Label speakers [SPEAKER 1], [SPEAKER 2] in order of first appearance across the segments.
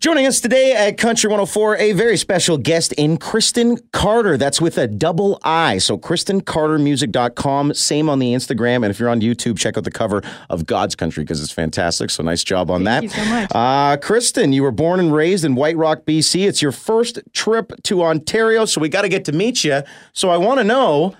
[SPEAKER 1] Joining us today at Country 104, a very special guest in Kristen Carter. That's with a double I. So, KristenCarterMusic.com, same on the Instagram. And if you're on YouTube, check out the cover of God's Country because it's fantastic. So, nice job on
[SPEAKER 2] Thank
[SPEAKER 1] that.
[SPEAKER 2] you so much.
[SPEAKER 1] Uh, Kristen, you were born and raised in White Rock, BC. It's your first trip to Ontario. So, we got to get to meet you. So, I want to know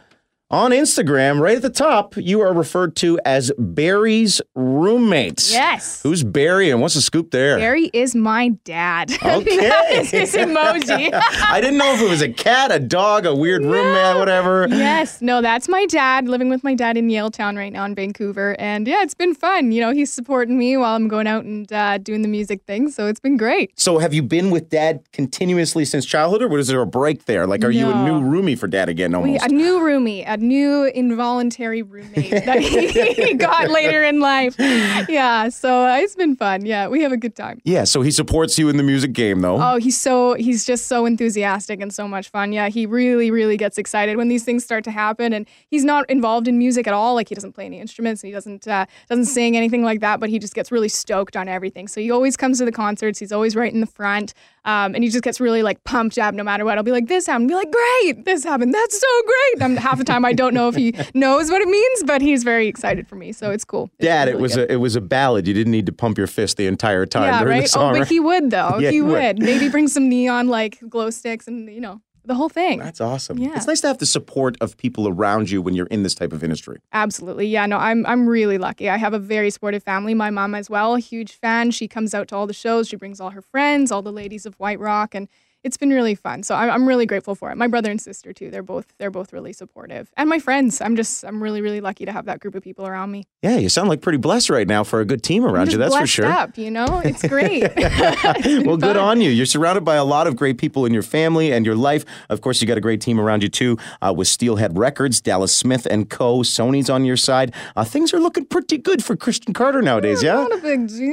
[SPEAKER 1] on Instagram, right at the top, you are referred to as Barry's roommate.
[SPEAKER 2] Yes.
[SPEAKER 1] Who's Barry and what's the scoop there?
[SPEAKER 2] Barry is my dad.
[SPEAKER 1] Okay.
[SPEAKER 2] that is his emoji.
[SPEAKER 1] I didn't know if it was a cat, a dog, a weird roommate, whatever.
[SPEAKER 2] yes, no, that's my dad. Living with my dad in Yale Town right now in Vancouver, and yeah, it's been fun. You know, he's supporting me while I'm going out and uh, doing the music thing, so it's been great.
[SPEAKER 1] So, have you been with dad continuously since childhood, or was there a break there? Like, are you a
[SPEAKER 2] No.
[SPEAKER 1] new roomie for dad again
[SPEAKER 2] We,
[SPEAKER 1] almost?
[SPEAKER 2] a new roomie, a new involuntary roommate that he got later in life. Yeah, so uh, it's been fun. Yeah, we have a good time.
[SPEAKER 1] yeah, so he supports you in the music game, though.
[SPEAKER 2] Oh, he's so he's just so enthusiastic and so much fun. Yeah, he really really gets excited when these things start to happen and he's not involved in music at all. Like he doesn't play any instruments and he doesn't uh, doesn't sing anything like that, but he just gets really stoked on everything. So he always comes to the concerts. He's always right in the front. Um, and he just gets really like pumped up no matter what. I'll be like, this happened. Be like, great, this happened. That's so great. And half the time I don't know if he knows what it means, but he's very excited for me. So it's cool. It's
[SPEAKER 1] dad,
[SPEAKER 2] really
[SPEAKER 1] it was
[SPEAKER 2] good.
[SPEAKER 1] a it was a ballad. You didn't need to pump your fist the entire time
[SPEAKER 2] Yeah,
[SPEAKER 1] during
[SPEAKER 2] right.
[SPEAKER 1] the song.
[SPEAKER 2] oh, but
[SPEAKER 1] right?
[SPEAKER 2] he would though.
[SPEAKER 1] Yeah, he
[SPEAKER 2] he
[SPEAKER 1] would.
[SPEAKER 2] would. Maybe bring some neon like glow sticks and you know the whole thing.
[SPEAKER 1] That's awesome.
[SPEAKER 2] Yeah.
[SPEAKER 1] It's nice to have the support of people around you when you're in this type of industry.
[SPEAKER 2] Absolutely. Yeah. No, I'm I'm really lucky. I have a very sportive family. My mom as well, a huge fan. She comes out to all the shows. She brings all her friends, all the ladies of White Rock, and it's been really fun. So I'm I'm really grateful for it. My brother and sister too. They're both they're both really supportive, and my friends. I'm just I'm really really lucky to have that group of people around me.
[SPEAKER 1] Yeah, you sound like pretty blessed right now for a good team
[SPEAKER 2] I'm
[SPEAKER 1] around you.
[SPEAKER 2] just
[SPEAKER 1] That's for
[SPEAKER 2] blessed
[SPEAKER 1] sure.
[SPEAKER 2] Up, you know, it's great. It's been
[SPEAKER 1] well, good
[SPEAKER 2] fun.
[SPEAKER 1] on you. You're surrounded by a lot of great people in your family and your life. Of course, you got a great team around you too, uh, with Steelhead Records, Dallas Smith and Co. Sony's on your side. Uh, things are looking pretty good for Christian Carter nowadays. Yeah.
[SPEAKER 2] Not a big deal.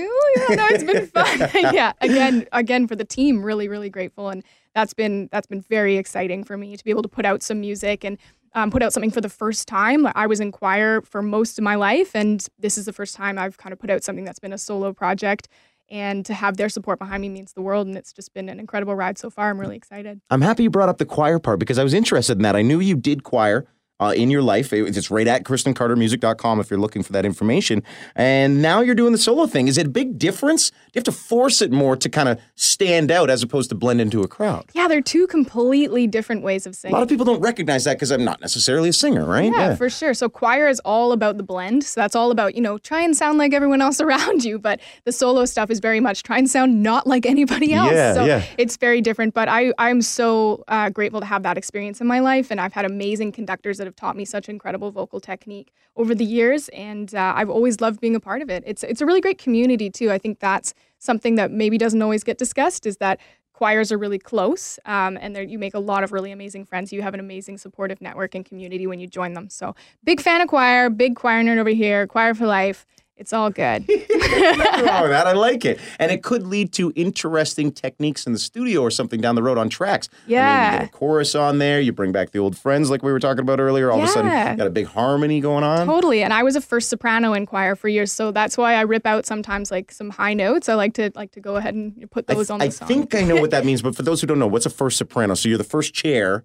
[SPEAKER 2] Yeah, no, it's been fun. yeah, again, again for the team, really, really grateful, and that's been that's been very exciting for me to be able to put out some music and um, put out something for the first time. Like, I was in choir for most of my life, and this is the first time I've kind of put out something that's been a solo project. And to have their support behind me means the world, and it's just been an incredible ride so far. I'm really excited.
[SPEAKER 1] I'm happy you brought up the choir part because I was interested in that. I knew you did choir. Uh, in your life, It- it's right at KristenCarterMusic.com if you're looking for that information. And now you're doing the solo thing. Is it a big difference? Do you have to force it more to kind of stand out as opposed to blend into a crowd?
[SPEAKER 2] Yeah, they're two completely different ways of
[SPEAKER 1] A
[SPEAKER 2] singing.
[SPEAKER 1] lot of people don't recognize that because I'm not necessarily a singer, right?
[SPEAKER 2] Yeah, for sure. So choir is all about the blend. So that's all about, you know, try and sound like everyone else around you, but the solo stuff is very much try and sound not like anybody else.
[SPEAKER 1] Yeah,
[SPEAKER 2] so
[SPEAKER 1] yeah.
[SPEAKER 2] it's very different, but I I'm so uh, grateful to have that experience in my life and I've had amazing conductors that have taught me such incredible vocal technique over the years and uh, I've always loved being a part of it. It's it's a really great community too. I think that's something that maybe doesn't always get discussed is that choirs are really close um, and there- you make a lot of really amazing friends you have an amazing supportive network and community when you join them so big fan of choir big choir nerd over here choir for life it's all good
[SPEAKER 1] Nothing wrong with that. I like it. And it could lead to interesting techniques in the studio or something down the road on tracks. I mean, you
[SPEAKER 2] Yeah.
[SPEAKER 1] get a chorus on there, you bring back the old friends like we were talking about earlier. All of a sudden,
[SPEAKER 2] Yeah.
[SPEAKER 1] you got a big harmony going on.
[SPEAKER 2] Totally. And I was a first soprano in choir for years, so that's why I rip out sometimes like some high notes. I like to like to go ahead and put
[SPEAKER 1] I,
[SPEAKER 2] those on the
[SPEAKER 1] I
[SPEAKER 2] song.
[SPEAKER 1] think I know what that means, but for those who don't know, what's a first soprano? So you're the first chair,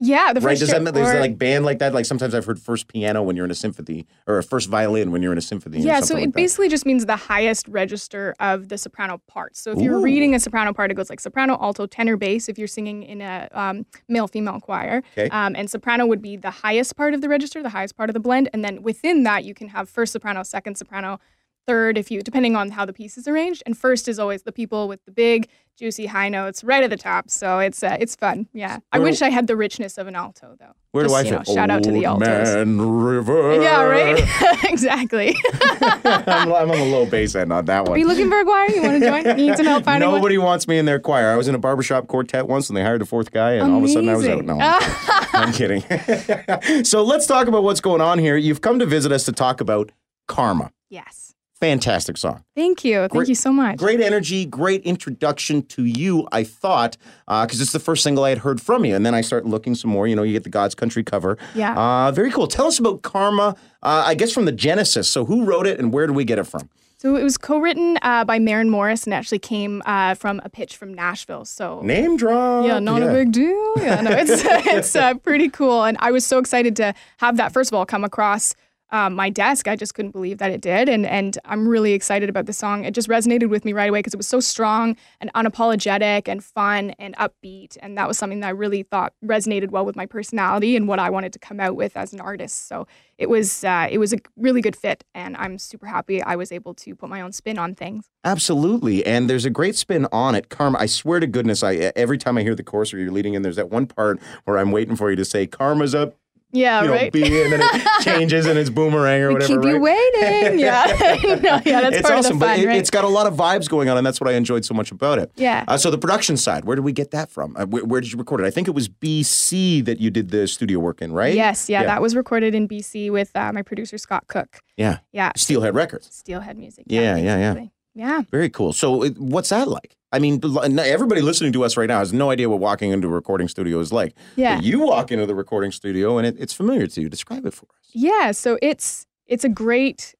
[SPEAKER 2] yeah, the
[SPEAKER 1] right?
[SPEAKER 2] first
[SPEAKER 1] Does that
[SPEAKER 2] note
[SPEAKER 1] mean there's
[SPEAKER 2] or-
[SPEAKER 1] like band like that? Like sometimes I've heard first piano when you're in a symphony, or a first violin when you're in a symphony. or
[SPEAKER 2] yeah, so
[SPEAKER 1] something
[SPEAKER 2] it
[SPEAKER 1] like that.
[SPEAKER 2] basically just means the highest register of the soprano part. So if you're
[SPEAKER 1] Ooh.
[SPEAKER 2] reading a soprano part, it goes like soprano, alto, tenor, bass. If you're singing in a um, male-female choir,
[SPEAKER 1] Okay.
[SPEAKER 2] um, and soprano would be the highest part of the register, the highest part of the blend, and then within that you can have first soprano, second soprano, third, if you depending on how the piece is arranged. And first is always the people with the big juicy high notes right at the top. So it's uh, it's fun. Yeah, I
[SPEAKER 1] Where do-
[SPEAKER 2] wish I had the richness of an alto though.
[SPEAKER 1] Where do
[SPEAKER 2] Just,
[SPEAKER 1] I
[SPEAKER 2] you
[SPEAKER 1] fit?
[SPEAKER 2] know, shout out to the
[SPEAKER 1] Old
[SPEAKER 2] altos.
[SPEAKER 1] Man River.
[SPEAKER 2] Yeah, right. exactly.
[SPEAKER 1] I'm, I'm on the low bass end on that one.
[SPEAKER 2] Are you looking for a choir? You want to join? Need some help finding
[SPEAKER 1] Nobody wants me in their choir. I was in a barbershop quartet once and they hired a fourth guy, and
[SPEAKER 2] one?
[SPEAKER 1] all of a sudden I was out.
[SPEAKER 2] Amazing.
[SPEAKER 1] No, I'm I'm kidding. so let's talk about what's going on here. You've come to visit us to talk about Karma.
[SPEAKER 2] yes.
[SPEAKER 1] Fantastic song.
[SPEAKER 2] Thank you. Thank
[SPEAKER 1] Great-
[SPEAKER 2] you so much.
[SPEAKER 1] Great energy, great introduction to you, I thought, because it's the first single I had heard from you. And then I start looking some more. You know, you get the God's Country cover.
[SPEAKER 2] Yeah.
[SPEAKER 1] Uh, very cool. Tell us about Karma, uh, I guess from the Genesis. So who wrote it and where do we get it from?
[SPEAKER 2] So it was co-written uh, by Maren Morris and actually came uh, from a pitch from Nashville. So
[SPEAKER 1] Name drop.
[SPEAKER 2] yeah, not a big deal. Yeah, no, it's it's uh, pretty cool, and I was so excited to have that first of all come across um, my desk. I just couldn't believe that it did, and and I'm really excited about the song. It just resonated with me right away because it was so strong and unapologetic and fun and upbeat, and that was something that I really thought resonated well with my personality and what I wanted to come out with as an artist. So it was uh, it was a really good fit, and I'm super happy I was able to put my own spin on things.
[SPEAKER 1] Absolutely. And there's a great spin on it. Karma, I swear to goodness, I every time I hear the chorus or you're leading in, there's that one part where I'm waiting for you to say, Karma's up,
[SPEAKER 2] Yeah,
[SPEAKER 1] you know,
[SPEAKER 2] right.
[SPEAKER 1] B, and then it changes and it's boomerang or
[SPEAKER 2] We
[SPEAKER 1] whatever.
[SPEAKER 2] keep
[SPEAKER 1] right?
[SPEAKER 2] you waiting. Yeah, no, yeah, that's
[SPEAKER 1] it's
[SPEAKER 2] part
[SPEAKER 1] awesome,
[SPEAKER 2] of the fun,
[SPEAKER 1] but it,
[SPEAKER 2] right?
[SPEAKER 1] it's got a lot of vibes going on, and that's what I enjoyed so much about it.
[SPEAKER 2] yeah.
[SPEAKER 1] Uh, so the production side, where did we get that from? Uh, where, where did you record it? I think it was BC that you did the studio work in, right?
[SPEAKER 2] Yes, yeah,
[SPEAKER 1] Yeah.
[SPEAKER 2] that was recorded in BC with uh, my producer Scott Cook.
[SPEAKER 1] Yeah.
[SPEAKER 2] Yeah,
[SPEAKER 1] Steelhead Records.
[SPEAKER 2] Steelhead Music.
[SPEAKER 1] Yeah, yeah, yeah.
[SPEAKER 2] exactly. yeah.
[SPEAKER 1] Very cool. So, it, what's that like? I mean, l- n- everybody listening to us right now has no idea what walking into a recording studio is like.
[SPEAKER 2] Yeah,
[SPEAKER 1] But you walk into the recording studio and it, it's familiar to you. Describe it for us.
[SPEAKER 2] Yeah, so it's it's a great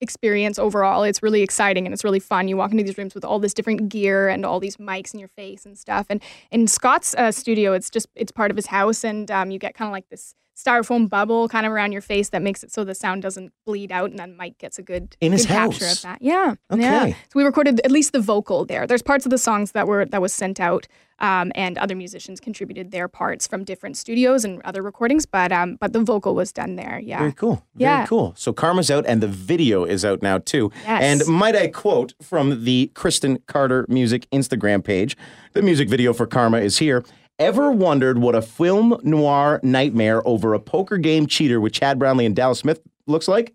[SPEAKER 2] experience overall. It's really exciting and it's really fun. You walk into these rooms with all this different gear and all these mics in your face and stuff. And in Scott's uh, studio, it's just it's part of his house, and um, you get kind of like this styrofoam bubble kind of around your face that makes it so the sound doesn't bleed out, and then Mike gets a good
[SPEAKER 1] In his
[SPEAKER 2] good capture
[SPEAKER 1] house?
[SPEAKER 2] of that. Yeah, yeah.
[SPEAKER 1] Okay.
[SPEAKER 2] So we recorded at least the vocal there. There's parts of the songs that were that was sent out, um, and other musicians contributed their parts from different studios and other recordings. But um, but the vocal was done there. Yeah.
[SPEAKER 1] Very cool. Very
[SPEAKER 2] Yeah.
[SPEAKER 1] cool. So, Karma's out and the video is out now too.
[SPEAKER 2] Yes.
[SPEAKER 1] And might I quote from the Kristen Carter Music Instagram page? The music video for Karma is here. Ever wondered what a film noir nightmare over a poker game cheater with Chad Brownlee and Dallas Smith looks like?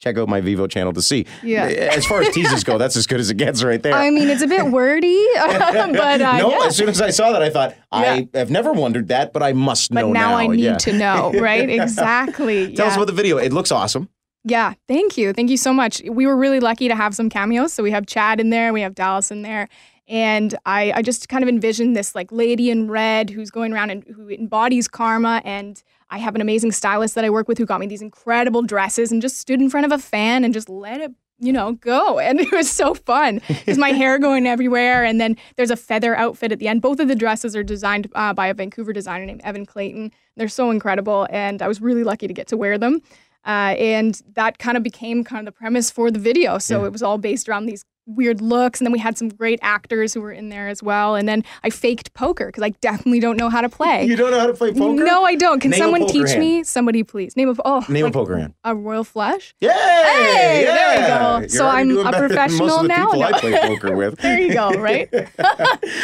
[SPEAKER 1] Check out my Vivo channel to see. Eh,
[SPEAKER 2] Yeah.
[SPEAKER 1] As far as teases go, that's as good as it gets right there.
[SPEAKER 2] I mean, it's a bit wordy, but uh,
[SPEAKER 1] no,
[SPEAKER 2] yeah.
[SPEAKER 1] as soon as I saw that, I thought, I have never wondered that, but I must
[SPEAKER 2] But
[SPEAKER 1] know
[SPEAKER 2] now, I need
[SPEAKER 1] yeah.
[SPEAKER 2] to know, right? Exactly.
[SPEAKER 1] Tell
[SPEAKER 2] yeah.
[SPEAKER 1] us about the video. It looks awesome.
[SPEAKER 2] Yeah, thank you. Thank you so much. We were really lucky to have some cameos. So we have Chad in there, we have Dallas in there. And I, I just kind of envisioned this like lady in red who's going around and who embodies karma. And I have an amazing stylist that I work with who got me these incredible dresses and just stood in front of a fan and just let it, you know, go. And it was so fun. There's my hair going everywhere. And then there's a feather outfit at the end. Both of the dresses are designed uh, by a Vancouver designer named Evan Clayton. They're so incredible. And I was really lucky to get to wear them. Uh, and that kind of became kind of the premise for the video. So it was all based around these weird looks. And then we had some great actors who were in there as well. And then I faked poker because I definitely don't know how to play.
[SPEAKER 1] You don't know how to play poker?
[SPEAKER 2] No, I don't. Can
[SPEAKER 1] Name a
[SPEAKER 2] someone
[SPEAKER 1] poker
[SPEAKER 2] teach
[SPEAKER 1] hand.
[SPEAKER 2] me? Somebody, please. Name of oh,
[SPEAKER 1] Name
[SPEAKER 2] like
[SPEAKER 1] a poker hand.
[SPEAKER 2] a royal flush.
[SPEAKER 1] Yay!
[SPEAKER 2] Hey, there we
[SPEAKER 1] Yeah!
[SPEAKER 2] go.
[SPEAKER 1] You're
[SPEAKER 2] So
[SPEAKER 1] already
[SPEAKER 2] I'm
[SPEAKER 1] doing
[SPEAKER 2] a
[SPEAKER 1] better than most
[SPEAKER 2] professional
[SPEAKER 1] of the
[SPEAKER 2] now?
[SPEAKER 1] People I
[SPEAKER 2] No.
[SPEAKER 1] play poker with.
[SPEAKER 2] There you go. Right.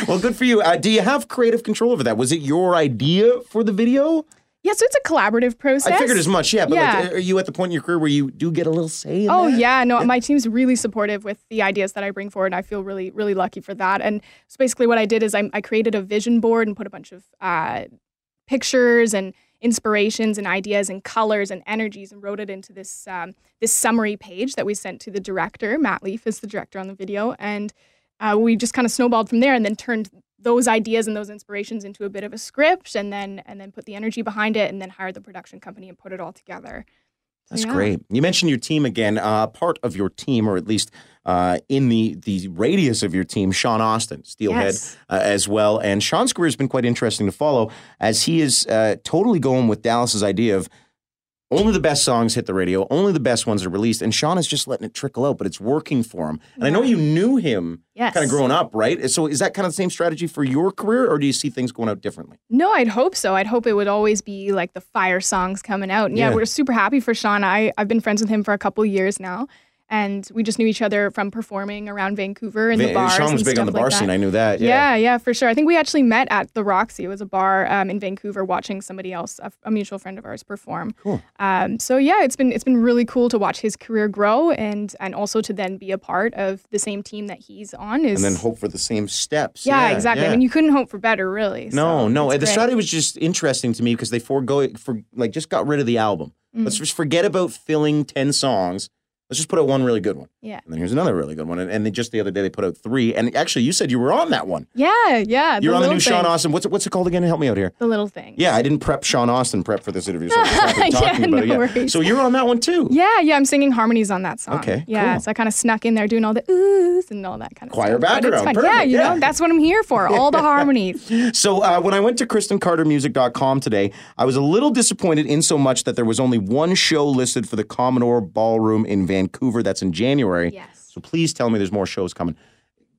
[SPEAKER 1] well, good for you. Uh, do you have creative control over that? Was it your idea for the video?
[SPEAKER 2] yeah. So it's a collaborative process.
[SPEAKER 1] I figured as much. Yeah, but
[SPEAKER 2] Yeah.
[SPEAKER 1] like, are you at the point in your career where you do get a little say? In
[SPEAKER 2] Oh
[SPEAKER 1] that?
[SPEAKER 2] yeah, no, my team's really supportive with the ideas that I bring forward. and I feel really, really lucky for that. And so basically, what I did is I, I created a vision board and put a bunch of uh, pictures and inspirations and ideas and colors and energies and wrote it into this um, this summary page that we sent to the director. Matt Leaf is the director on the video, and uh, we just kind of snowballed from there, and then turned those ideas and those inspirations into a bit of a script, and then and then put the energy behind it, and then hired the production company and put it all together.
[SPEAKER 1] That's
[SPEAKER 2] Yeah.
[SPEAKER 1] great. You mentioned your team again. Uh, part of your team, or at least uh, in the the radius of your team, Sean Austin, Steelhead,
[SPEAKER 2] Yes.
[SPEAKER 1] uh, as well. And Sean's career has been quite interesting to follow, as he is uh, totally going with Dallas's idea of only the best songs hit the radio, only the best ones are released. And Sean is just letting it trickle out, but it's working for him. And I know
[SPEAKER 2] Yeah.
[SPEAKER 1] you knew him
[SPEAKER 2] Yes.
[SPEAKER 1] kind of growing up, right? So is that kind of the same strategy for your career, or do you see things going out differently?
[SPEAKER 2] No, I'd hope so. I'd hope it would always be like the fire songs coming out. And yeah,
[SPEAKER 1] Yeah.
[SPEAKER 2] we're super happy for Sean. I, I've been friends with him for a couple years now. And we just knew each other from performing around Vancouver in the
[SPEAKER 1] Van-
[SPEAKER 2] bars.
[SPEAKER 1] Sean was
[SPEAKER 2] and
[SPEAKER 1] big on the
[SPEAKER 2] stuff
[SPEAKER 1] bar
[SPEAKER 2] like that.
[SPEAKER 1] scene. I knew that.
[SPEAKER 2] Yeah. yeah, for sure. I think we actually met at the Roxy. It was a bar um, in Vancouver, watching somebody else, a, a mutual friend of ours, perform.
[SPEAKER 1] Cool.
[SPEAKER 2] Um, so yeah, it's been it's been really cool to watch his career grow, and and also to then be a part of the same team that he's on. Is
[SPEAKER 1] And then hope for the same steps.
[SPEAKER 2] yeah, exactly.
[SPEAKER 1] yeah.
[SPEAKER 2] I mean, you couldn't hope for better,
[SPEAKER 1] No,
[SPEAKER 2] really. so
[SPEAKER 1] no. eh,
[SPEAKER 2] it's
[SPEAKER 1] The
[SPEAKER 2] great.
[SPEAKER 1] strategy was just interesting to me because
[SPEAKER 2] Mm.
[SPEAKER 1] they forego for like just got rid of the album. Let's just forget about filling ten songs. Let's just put out one really good one.
[SPEAKER 2] Yeah.
[SPEAKER 1] And then here's another really good one. And, and then just the other day they put out three. And actually, you said you were on that one.
[SPEAKER 2] Yeah, yeah.
[SPEAKER 1] You're on the new
[SPEAKER 2] little
[SPEAKER 1] Sean
[SPEAKER 2] thing.
[SPEAKER 1] Austin. What's it, what's it called again? Help me out here.
[SPEAKER 2] The little thing.
[SPEAKER 1] Yeah, I didn't prep Sean Austin prep for this interview. So I'm just happy
[SPEAKER 2] Yeah,
[SPEAKER 1] talking about
[SPEAKER 2] no
[SPEAKER 1] it. Yeah.
[SPEAKER 2] worries.
[SPEAKER 1] So you're on that one too.
[SPEAKER 2] Yeah, yeah, I'm singing harmonies on that song.
[SPEAKER 1] Okay,
[SPEAKER 2] Yeah,
[SPEAKER 1] cool.
[SPEAKER 2] so I kind of snuck in there doing all the oohs and all that kind of
[SPEAKER 1] Choir
[SPEAKER 2] stuff. But it's
[SPEAKER 1] background,
[SPEAKER 2] fun. Yeah,
[SPEAKER 1] perfect,
[SPEAKER 2] you
[SPEAKER 1] yeah.
[SPEAKER 2] know, that's what I'm here for, all the harmonies.
[SPEAKER 1] So uh, when I went to KristenCarterMusic.com today, I was a little disappointed in so much that there was only one show listed for the Commodore Ballroom in Vancouver. That's in January.
[SPEAKER 2] Yes.
[SPEAKER 1] So please tell me there's more shows coming.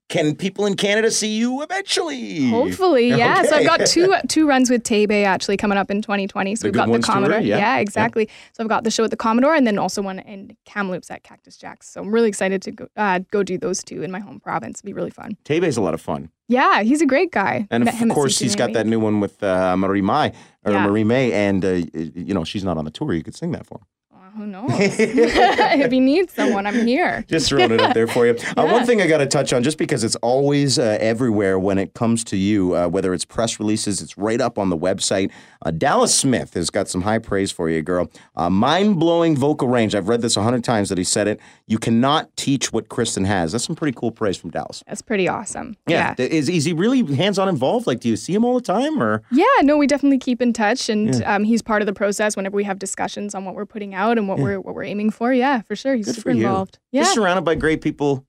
[SPEAKER 1] Can people in Canada see you eventually?
[SPEAKER 2] Hopefully, yeah. So
[SPEAKER 1] Okay.
[SPEAKER 2] I've got two two runs with Tebe actually coming up in 2020. So
[SPEAKER 1] The
[SPEAKER 2] we've
[SPEAKER 1] Good
[SPEAKER 2] got the
[SPEAKER 1] Ones tour,
[SPEAKER 2] Commodore.
[SPEAKER 1] yeah, yeah.
[SPEAKER 2] exactly. So I've got the show at the Commodore and then also one in Kamloops at Cactus Jacks. So I'm really excited to go, uh, go do those two in my home province. It'll be really fun.
[SPEAKER 1] Tebe's a lot of fun.
[SPEAKER 2] Yeah, he's a great guy.
[SPEAKER 1] And
[SPEAKER 2] Met him
[SPEAKER 1] of
[SPEAKER 2] at
[SPEAKER 1] course, he's got
[SPEAKER 2] CGNA.
[SPEAKER 1] that new one with uh, Marie Mai or
[SPEAKER 2] Yeah.
[SPEAKER 1] Marie May, and uh, you know she's not on the tour. You could sing that for him.
[SPEAKER 2] Well, who knows? if he needs someone, I'm here.
[SPEAKER 1] Just throwing it up there for you. Uh, one
[SPEAKER 2] Yeah.
[SPEAKER 1] thing I got to touch on, just because it's always uh, everywhere when it comes to you, uh, whether it's press releases, it's right up on the website. Uh, Dallas Smith has got some high praise for you, girl. Uh, Mind blowing vocal range. I've read this a hundred times that he said it. You cannot teach what Kristen has. That's some pretty cool praise from Dallas.
[SPEAKER 2] That's pretty awesome.
[SPEAKER 1] Yeah. Th- Is, is he really hands on involved? Like, do you see him all the time or?
[SPEAKER 2] Yeah, no, we definitely keep in touch, and um, he's part of the process whenever we have discussions on what we're putting out and what we're what we're aiming for. Yeah, for sure, he's
[SPEAKER 1] Good for
[SPEAKER 2] super
[SPEAKER 1] you.
[SPEAKER 2] involved. Yeah,
[SPEAKER 1] You're surrounded by great people.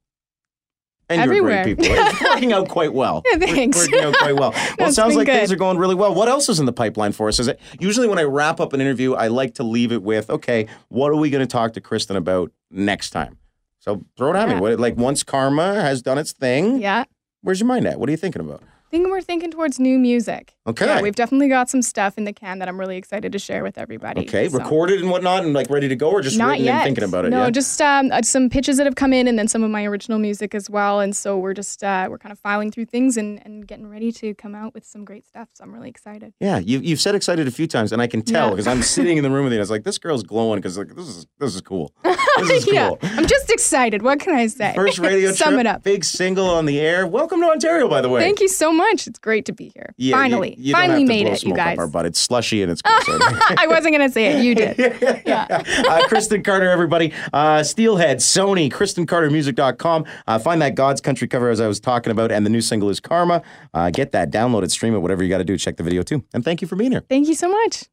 [SPEAKER 1] And
[SPEAKER 2] Everywhere.
[SPEAKER 1] you're great people. It's working out quite well.
[SPEAKER 2] Yeah, thanks.
[SPEAKER 1] It's working out quite well. Well, it
[SPEAKER 2] That's
[SPEAKER 1] sounds
[SPEAKER 2] been
[SPEAKER 1] like things
[SPEAKER 2] good.
[SPEAKER 1] are going really well. What else is in the pipeline for us? Is it usually when I wrap up an interview, I like to leave it with, okay, what are we going to talk to Kristen about next time? So throw it at me.
[SPEAKER 2] Yeah.
[SPEAKER 1] What, like once karma has done its thing,
[SPEAKER 2] yeah.
[SPEAKER 1] where's your mind at? What are you thinking about?
[SPEAKER 2] I think we're thinking towards new music.
[SPEAKER 1] Okay.
[SPEAKER 2] Yeah, we've definitely got some stuff in the can that I'm really excited to share with everybody.
[SPEAKER 1] Okay,
[SPEAKER 2] so-
[SPEAKER 1] recorded and whatnot, and like ready to go, or just
[SPEAKER 2] Not
[SPEAKER 1] written
[SPEAKER 2] yet.
[SPEAKER 1] and thinking about it.
[SPEAKER 2] No,
[SPEAKER 1] yeah?
[SPEAKER 2] just um, uh, some pitches that have come in, and then some of my original music as well. And so we're just uh, we're kind of filing through things and, and getting ready to come out with some great stuff. So I'm really excited.
[SPEAKER 1] Yeah, you, you've said excited a few times, and I can tell
[SPEAKER 2] Yeah.
[SPEAKER 1] because I'm sitting in the room with you. And I was like, this girl's glowing because like this is this is cool. This is
[SPEAKER 2] yeah,
[SPEAKER 1] cool.
[SPEAKER 2] I'm just excited. What can I say?
[SPEAKER 1] First radio
[SPEAKER 2] Sum
[SPEAKER 1] trip,
[SPEAKER 2] it up.
[SPEAKER 1] big single on the air. Welcome to Ontario, by the way.
[SPEAKER 2] Thank you so much. It's great to be here.
[SPEAKER 1] Yeah, you-
[SPEAKER 2] finally,
[SPEAKER 1] you don't
[SPEAKER 2] finally
[SPEAKER 1] have to
[SPEAKER 2] made
[SPEAKER 1] blow
[SPEAKER 2] it, you
[SPEAKER 1] smoke up
[SPEAKER 2] guys.
[SPEAKER 1] Our butt. It's slushy and it's cool. so-
[SPEAKER 2] I wasn't gonna say it. You did.
[SPEAKER 1] yeah. uh, Kristen Carter, everybody. Uh, Steelhead, Sony, KristenCarterMusic.com. Uh, find that God's Country cover as I was talking about, and the new single is Karma. Uh, get that, download it, stream it, whatever you got to do. Check the video too. And thank you for being here.
[SPEAKER 2] Thank you so much.